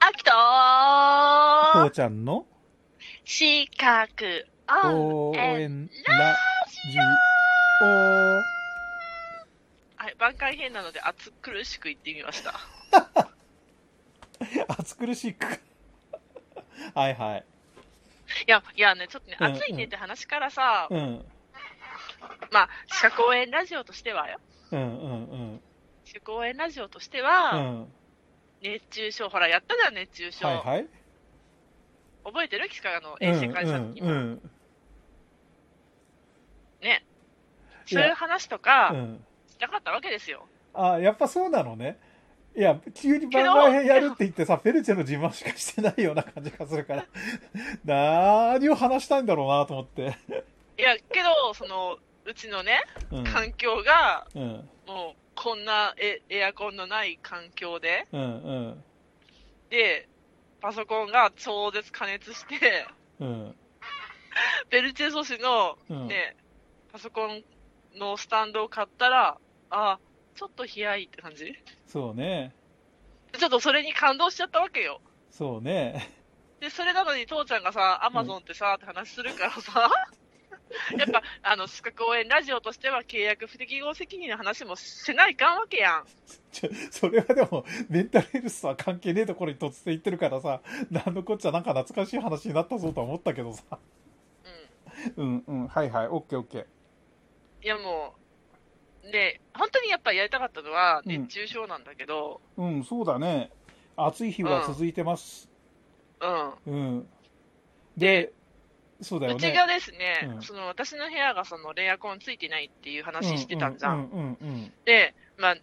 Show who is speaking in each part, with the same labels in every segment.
Speaker 1: と
Speaker 2: 父ちゃんの
Speaker 1: 四角
Speaker 2: 応
Speaker 1: 応援
Speaker 2: 援ラジオ。
Speaker 1: はい、番外編なので暑苦しく言ってみました。
Speaker 2: 暑苦しいく。 はいはい。
Speaker 1: いや、いやね、ちょっとね、
Speaker 2: うんうん
Speaker 1: 暑いねって話からさ、
Speaker 2: うん。
Speaker 1: まあ、社交園ラジオとしてはよ。
Speaker 2: うんうんうん。
Speaker 1: 社交園ラジオとして
Speaker 2: う
Speaker 1: は、
Speaker 2: ん。
Speaker 1: 熱中症、ほら、やったじゃん、熱中症。
Speaker 2: はいはい。
Speaker 1: 覚えてる期間の
Speaker 2: うん
Speaker 1: 衛生会社の時
Speaker 2: う
Speaker 1: も、
Speaker 2: んうん。
Speaker 1: ね。
Speaker 2: い
Speaker 1: そ
Speaker 2: や
Speaker 1: ういう話と
Speaker 2: う
Speaker 1: か、
Speaker 2: ん。
Speaker 1: したかったわけですよ。
Speaker 2: あ、やっぱそうなのね。いや、急に番外編やるって言ってさ、フェルチェの自慢しかしてないような感じがするから、 何を話したいんだろうなと思って。
Speaker 1: いや、けど、その、うちのね、
Speaker 2: うん。
Speaker 1: 環境が、
Speaker 2: うん。
Speaker 1: もう、こんなエエアコンのない環境で、
Speaker 2: うんうん。
Speaker 1: で、パソコンが超絶加熱して、
Speaker 2: うん。
Speaker 1: ベルチェ素子の、
Speaker 2: うん。
Speaker 1: ね、パソコンのスタンドを買ったら、あ、ちょっと冷やいって感じ
Speaker 2: そうね。
Speaker 1: ちょっとそれに感動しちゃったわけよ。
Speaker 2: そうね。
Speaker 1: で、それなのに父ちゃんがさ、アマゾンってさ、って話するから さ、やっぱ、あの、資格応援ラジオとしては契約不適合責任の話もせないかんわけやん。
Speaker 2: ちょそれはでも、メンタルヘルスとは関係ねえところに突然行ってるからさ、なんのこっちゃなんか懐かしい話になったぞとは思ったけどさ。
Speaker 1: うん。
Speaker 2: うんうん、はいはい、オッケーオッケー。
Speaker 1: いやもう、で、本当にやっぱやりたかったのは
Speaker 2: うん
Speaker 1: 熱中症なんだけど、
Speaker 2: うん、そうだね。暑い日は続いてます。
Speaker 1: うん。
Speaker 2: うん。
Speaker 1: で、
Speaker 2: そうだよ
Speaker 1: うち
Speaker 2: ね。
Speaker 1: がですね、
Speaker 2: うん
Speaker 1: その私の部屋がそのレアコンついてないっていう話してたんじゃん。
Speaker 2: うんうんうん
Speaker 1: で、まあ、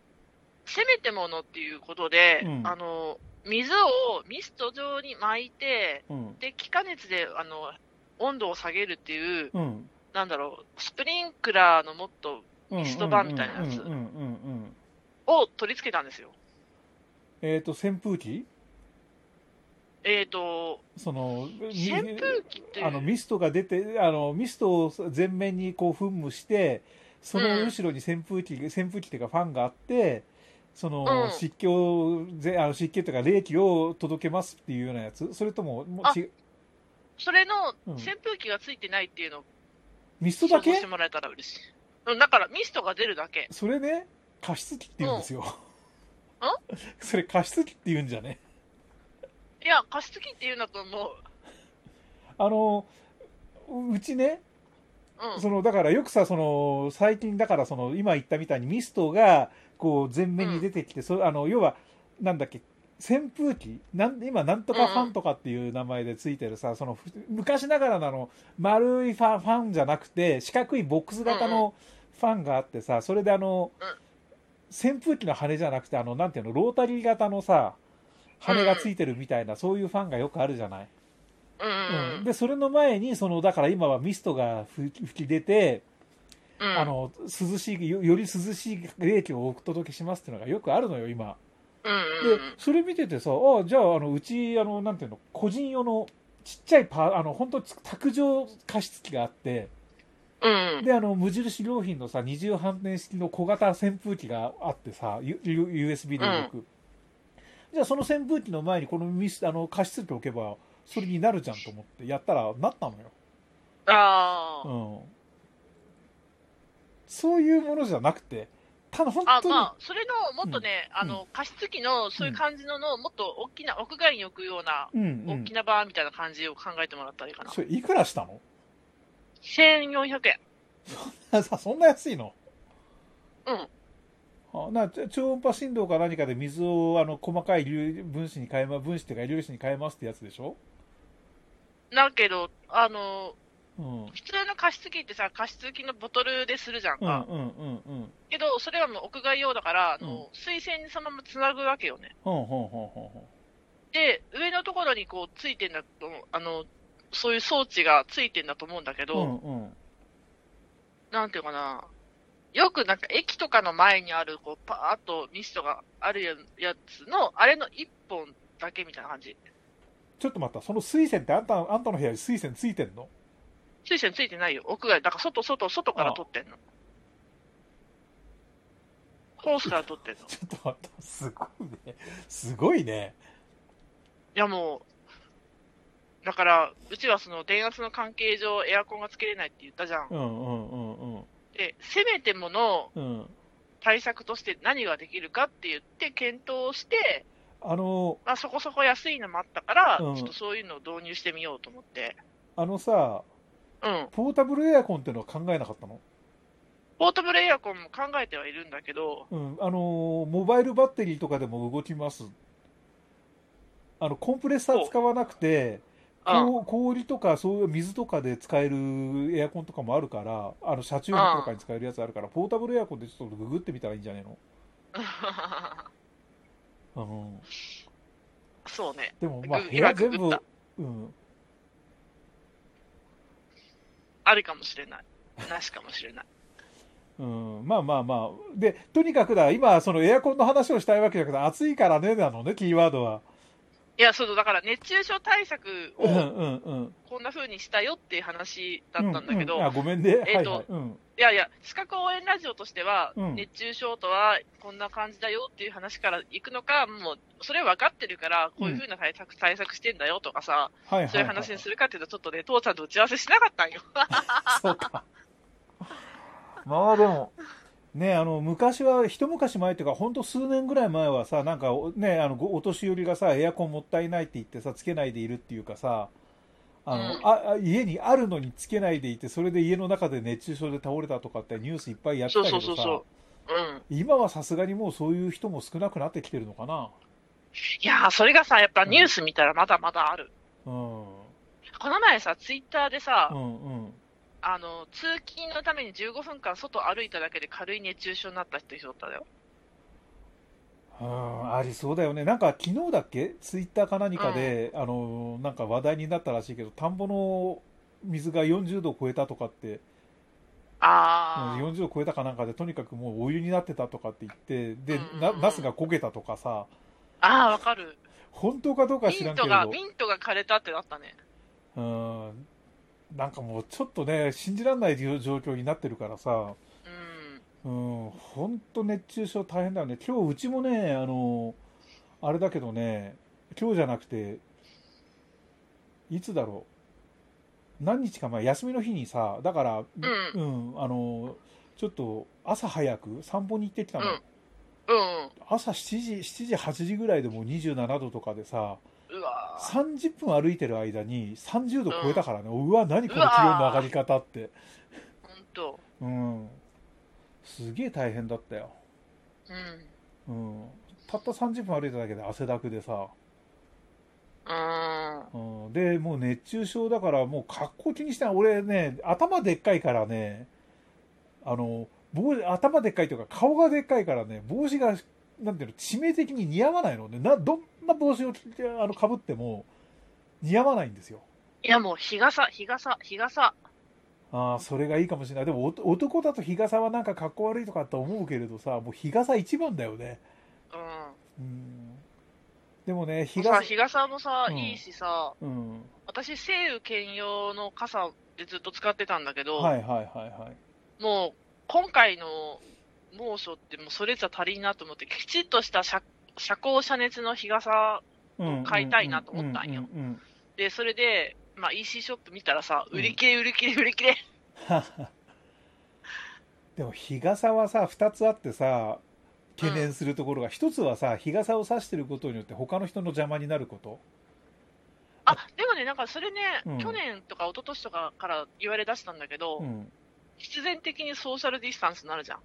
Speaker 1: せめてものっていうことで、
Speaker 2: うん
Speaker 1: あの、水をミスト状に巻いて、
Speaker 2: うん。
Speaker 1: で、気化熱で、あの、温度を下げるっていう、
Speaker 2: うん。うん。
Speaker 1: なんだろう、スプリンクラーのもっと
Speaker 2: うん。
Speaker 1: ミストバーみたいなやつ
Speaker 2: うんうんうんうん。
Speaker 1: を取り付けたんですよ。
Speaker 2: えっと、扇風機
Speaker 1: えっ、と、
Speaker 2: その、み
Speaker 1: 扇風機って、
Speaker 2: あのミストが出てあのミストを全面にこう噴霧してその後ろに扇風機、扇風機っていうかファンがあってその、
Speaker 1: うん
Speaker 2: 湿気をぜあの湿気というか冷気を届けますっていうようなやつそれともも
Speaker 1: あ
Speaker 2: うち
Speaker 1: それの
Speaker 2: うん
Speaker 1: 扇風機がついてないっていうのを
Speaker 2: ミスト
Speaker 1: 想
Speaker 2: だ
Speaker 1: 像し
Speaker 2: け
Speaker 1: てもらえたら嬉しい。うんだからミストが出るだけ。
Speaker 2: それね加湿器って言うんですよ、 それ加湿器って言うんじゃね
Speaker 1: いや、加湿器っていうんだと思う。
Speaker 2: あのううちね
Speaker 1: うん。
Speaker 2: そのだからよくさその最近だからその今言ったみたいにミストがこう前面に出てきて、そあの要はなんだっけ扇風機なん今なんとかファンとかっていう名前でついてるさ、そのふ昔ながらのあの丸いファンファンじゃなくて四角いボックス型のファンがあってさそれであの、扇風機の羽じゃなくてあのなんていうのロータリー型のさ羽がついてるみたいな、そういうファンがよくあるじゃない。
Speaker 1: うんうんうん。
Speaker 2: でそれの前にそのだから今はミストが吹き吹き出て、
Speaker 1: うん
Speaker 2: あの涼しいよより涼しい冷気をお届けしますっていうのがよくあるのよ今
Speaker 1: うんう
Speaker 2: で
Speaker 1: んうん。
Speaker 2: それ見ててさあじゃああのうちあのなんていうの個人用のちっちゃいパあの本当卓上加湿器があって
Speaker 1: うん。
Speaker 2: であの無印良品のさ二重反転式の小型扇風機があってさ U- U- USB で動く、じゃあその扇風機の前にこのミスあの加湿器置けばそれになるじゃんと思ってやったらなったのよ
Speaker 1: ああ。
Speaker 2: うんそういうものじゃなくて、ただ本
Speaker 1: あ、
Speaker 2: 当に、
Speaker 1: まあ、それの、もっとね、
Speaker 2: ん
Speaker 1: あの、加湿器の、そういう感じのの、もっと大きな、屋外に置くような、
Speaker 2: うんう
Speaker 1: 大
Speaker 2: ん
Speaker 1: き、なバーみたいな感じを考えてもらったらいいかな。
Speaker 2: それいくらしたの
Speaker 1: 1400円。
Speaker 2: さそんな安いの
Speaker 1: うん。
Speaker 2: あなちょ超音波振動か何かで水をあの細かい粒分子に変えま分子っていうか粒子に変えますってやつでしょ、
Speaker 1: だけど、あの、
Speaker 2: うん、うん
Speaker 1: 普通の加湿器ってさ、加湿器のボトルでするじゃん
Speaker 2: うんうん
Speaker 1: か。
Speaker 2: うんうんうん
Speaker 1: けど、それはもう屋外用だから、あの、水栓にそのままつなぐわけよね。
Speaker 2: ほんほんほんほんほん
Speaker 1: で、上のところにこう、ついてんだと思う、あの、そういう装置がついてんだと思うんだけど、
Speaker 2: うんうん
Speaker 1: なんていうかな、よくなんか駅とかの前にある、こう、パーっとミストがあるややつの、あれの一本だけみたいな感じ。
Speaker 2: ちょっと待ったその水栓ってあんたあんたの部屋に水栓ついてんの
Speaker 1: 水栓ついてないよ、屋外。だから外、外、外から取ってんの。ホースから取ってんの。
Speaker 2: ちょっと待ったすごいねすごいね
Speaker 1: いやもう、だから、うちはその電圧の関係上エアコンがつけれないって言ったじゃん。
Speaker 2: うんうんうんうん
Speaker 1: で、せめてもの
Speaker 2: うん
Speaker 1: 対策として何ができるかって言って検討して、
Speaker 2: あの
Speaker 1: まあそこそこ安いのもあったから、
Speaker 2: うん
Speaker 1: ちょっとそういうのを導入してみようと思って。
Speaker 2: あのさ
Speaker 1: うん。
Speaker 2: ポータブルエアコンっていうのは考えなかったの、
Speaker 1: ポータブルエアコンも考えてはいるんだけど、
Speaker 2: うん、あのモバイルバッテリーとかでも動きますあのコンプレッサー使わなく
Speaker 1: うん。
Speaker 2: て こう氷とかそういう水とかで使えるエアコンとかもあるからあの車中泊とかに使えるやつあるからポータブルエアコンでちょっとググってみたらいいんじゃないの、うん、
Speaker 1: そうね。
Speaker 2: でもまあ
Speaker 1: グ
Speaker 2: 部屋
Speaker 1: 今
Speaker 2: 全
Speaker 1: ググ
Speaker 2: 部
Speaker 1: った、
Speaker 2: うん、
Speaker 1: あるかもしれない。なしかもしれない。
Speaker 2: うん、まあまあまあでとにかくだ今そのエアコンの話をしたいわけじゃなくて暑いからねなのねキーワードはい
Speaker 1: や、そうだから熱中症対策
Speaker 2: うんう
Speaker 1: を
Speaker 2: んうん
Speaker 1: こんな風にしたよっていう話だったんだけど、
Speaker 2: ううあごめんね、
Speaker 1: えーと
Speaker 2: はいはいうん
Speaker 1: いやいや、資格応援ラジオとしては、
Speaker 2: うん
Speaker 1: 熱中症とはこんな感じだよっていう話から行くのか、もう、それ分かってるから、こういう風な対策、対策してんだよとかさ、
Speaker 2: はいはいはい
Speaker 1: そういう話にするかっていうと、ちょっとね、父ちゃんと打ち合わせしなかったんよ。
Speaker 2: そう か。まあでも、ね、あの、昔は、一昔前っていうか、ほんと数年ぐらい前はさ、なんか、おね、あの、ごお年寄りがさ、エアコンもったいないって言ってさ、つけないでいるっていうかさ、あの、
Speaker 1: うん
Speaker 2: ああ家にあるのにつけないでいて、それで家の中で熱中症で倒れたとかってニュースいっぱいやってた
Speaker 1: そう
Speaker 2: け
Speaker 1: そ
Speaker 2: ど
Speaker 1: う
Speaker 2: さ、
Speaker 1: そうそう。うん。
Speaker 2: 今はさすがにもうそういう人も少なくなってきてるのかな。
Speaker 1: いやー、それがさ、やっぱニュース見たらまだまだある。
Speaker 2: うん。
Speaker 1: この前さ、ツイッターでさ、
Speaker 2: うんうん。
Speaker 1: あの、通勤のために15分間外歩いただけで軽い熱中症になった人いそうだったよ。
Speaker 2: うん、ありそうだよね。なんか昨日だっけツイッターか何かで、あの、なんか話題になったらしいけど、田んぼの水が40度を超えたとかって、
Speaker 1: あー。
Speaker 2: 40度を超えたかなんかで、とにかくもうお湯になってたとかって言って、で
Speaker 1: うんうんう、ん
Speaker 2: な、ナスが焦げたとかさ、
Speaker 1: あー、わかる。
Speaker 2: 本当かどうかは知
Speaker 1: ミ
Speaker 2: らん
Speaker 1: ン
Speaker 2: け
Speaker 1: ト
Speaker 2: れ
Speaker 1: が、
Speaker 2: ど、
Speaker 1: ミントが枯れたってなったね。
Speaker 2: うん、なんかもうちょっとね、信じられない状況になってるからさ、
Speaker 1: うん。
Speaker 2: うん、本当熱中症大変だよね。今日うちもね、あの、あれだけどね、今日じゃなくて、いつだろう。何日か前、休みの日にさ、だから、
Speaker 1: ん
Speaker 2: うんあの、ちょっと朝早く散歩に行ってきたの。
Speaker 1: うんうん、うん。
Speaker 2: 朝7時、7時、8時ぐらいでもう27度とかでさ、
Speaker 1: うわー
Speaker 2: 30分歩いてる間に30度超えたからね、うわ、何この気温の上がり方って。
Speaker 1: ほんと。
Speaker 2: うん。すげえ大変だったよ。
Speaker 1: うん。う
Speaker 2: うん、たった30分歩いただけで汗だくでさ、
Speaker 1: ーん。
Speaker 2: うん、でもう熱中症だからもう格好気にしてない俺ね頭でっかいからねあの帽子頭でっかいというか顔がでっかいからね帽子がなんていうの致命的に似合わないのねなどんな帽子を着てあのかぶっても似合わないんですよ
Speaker 1: いや、もう、日傘、日傘、日傘。
Speaker 2: ああそれがいいかもしれないでもおと男だと日傘はなんか格好悪いとかと思うけれどさもう日傘一番だよね、
Speaker 1: うん。
Speaker 2: うん、でもね日
Speaker 1: 日傘
Speaker 2: 傘
Speaker 1: 日傘もさ、
Speaker 2: うん
Speaker 1: いいしさ、
Speaker 2: うん
Speaker 1: 私、晴雨兼用の傘でずっと使ってたんだけど、
Speaker 2: はいはいはいはい
Speaker 1: もう、今回の猛暑って、もうそれじゃ足りんなと思って、きちっとした遮遮光遮熱の日傘買いたいなと思ったんよ
Speaker 2: うううん
Speaker 1: で、それで、まあ、EC ショップ見たらさ、
Speaker 2: うん
Speaker 1: 売り切れ、売り切れ、売り切れ。
Speaker 2: でも日傘はさ2つあってさ懸念するところが、一1つはさ日傘を差してることによって他の人の邪魔になること
Speaker 1: あ、でもね、なんかそれね、
Speaker 2: うん
Speaker 1: 去年とか一昨年とかから言われ出したんだけど、
Speaker 2: うん
Speaker 1: 必然的にソーシャルディスタンスになるじゃん。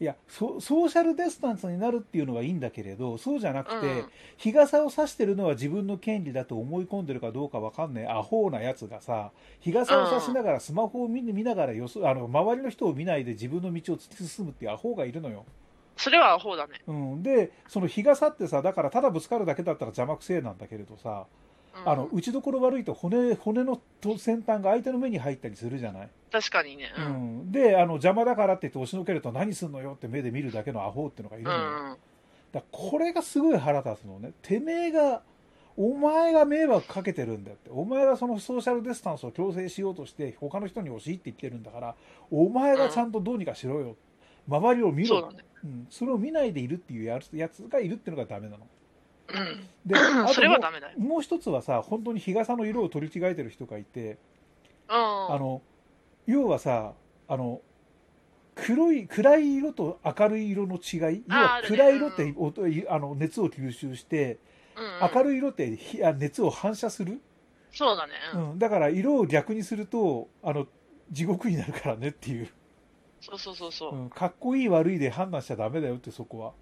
Speaker 2: いやそソーシャルディスタンスになるっていうのはいいんだけれどそうじゃなくて、
Speaker 1: うん
Speaker 2: 日傘を差してるのは自分の権利だと思い込んでるかどうかわかんないアホなやつがさ日傘を差しながらスマホを見見ながらよそあの周りの人を見ないで自分の道を突き進むっていうアホがいるのよ
Speaker 1: それはアホだね。
Speaker 2: うん、でその日傘ってさだからただぶつかるだけだったら邪魔くせえなんだけれどさ、
Speaker 1: うん
Speaker 2: あの打ちどころ悪いと骨骨のと先端が相手の目に入ったりするじゃない、
Speaker 1: 確かにね。
Speaker 2: う
Speaker 1: うん
Speaker 2: んであの邪魔だからって言って押しのけると何すんのよって目で見るだけのアホってのがいる
Speaker 1: う
Speaker 2: のよ、だか
Speaker 1: んうん
Speaker 2: らこれがすごい腹立つのねてめえがお前が迷惑かけてるんだってお前がそのソーシャルディスタンスを強制しようとして他の人に押しいって言ってるんだからお前がちゃんとどうにかしろよ、周りを見
Speaker 1: そう
Speaker 2: ろ
Speaker 1: だね。
Speaker 2: うん、それを見ないでいるっていうやつやつがいるっていうのがダメなの。で
Speaker 1: うん。それはダメだよ。
Speaker 2: もうもう一つはさ本当に日傘の色を取り違えてる人がいて、
Speaker 1: うん。
Speaker 2: あの要はさあの黒い暗い色と明るい色の違い要
Speaker 1: あ
Speaker 2: は
Speaker 1: ーあるね
Speaker 2: 暗い色って音いあの熱を吸収して、
Speaker 1: うんうん
Speaker 2: 明るい色ってひあ熱を反射する、
Speaker 1: そうだね。
Speaker 2: うん、だから色を逆にするとあの地獄になるからねっていう、
Speaker 1: そうそうそう
Speaker 2: う
Speaker 1: そ
Speaker 2: ん、かっこいい悪いで判断しちゃダメだよってそこは、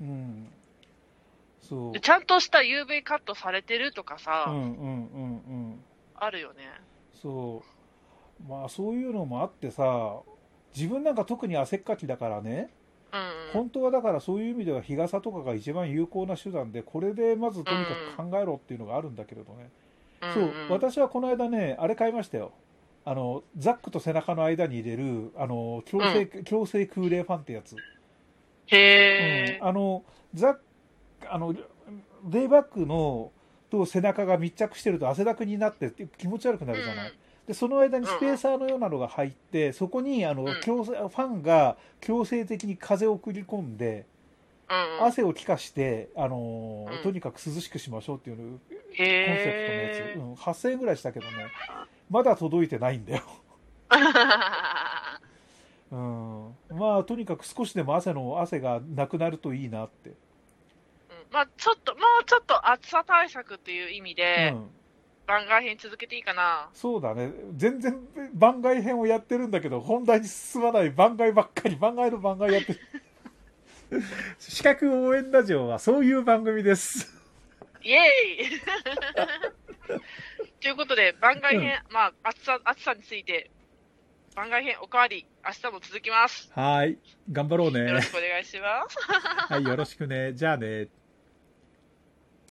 Speaker 1: う。うん。
Speaker 2: うん、そう
Speaker 1: でちゃんとした UV カットされてるとか
Speaker 2: うん
Speaker 1: さ、
Speaker 2: うんうんうん
Speaker 1: あるよね。
Speaker 2: そうまあそういうのもあってさ自分なんか特に汗っかきだからね、
Speaker 1: うん。
Speaker 2: 本当はだからそういう意味では日傘とかが一番有効な手段でこれでまずとにかく考えろっていうのがあるんだけれど
Speaker 1: う
Speaker 2: ね、
Speaker 1: ん
Speaker 2: そう、
Speaker 1: ん
Speaker 2: 私はこの間ね、あれ買いましたよ。あの、ザックと背中の間に入れる、あの、強制、強制空冷ファンってやつ。
Speaker 1: へえ
Speaker 2: う。んあの、ザック、あの、レイバックの、と背中が密着してると汗だくになって気持ち悪くなるじゃない。で、その間にスペーサーのようなのが入って、そこに、あの
Speaker 1: うん、
Speaker 2: 強制、ファンが強制的に風を送り込んで、
Speaker 1: うんうん
Speaker 2: 汗を気化して、あの
Speaker 1: うん、
Speaker 2: とにかく涼しくしましょうっていうのコンセプ
Speaker 1: へ
Speaker 2: トのやつ、うん、8000円ぐらいしたけどねまだ届いてないんだよ、うん、まあとにかく少しでも汗の汗がなくなるといいなって、
Speaker 1: うん まあちょっと、もうちょっと暑さ対策っていう意味で
Speaker 2: う、ん、
Speaker 1: 番外編続けていいかな。
Speaker 2: そうだね全然番外編をやってるんだけど本題に進まない番外ばっかり番外の番外やってる 資格応援ラジオはそういう番組です
Speaker 1: イエーイ ということで、番外編、まあ暑さ、暑さについて、番外編おかわり、明日も続きます。
Speaker 2: はい頑張ろう
Speaker 1: よろ
Speaker 2: ね
Speaker 1: しくお願いします。
Speaker 2: はいよろしくねじゃあね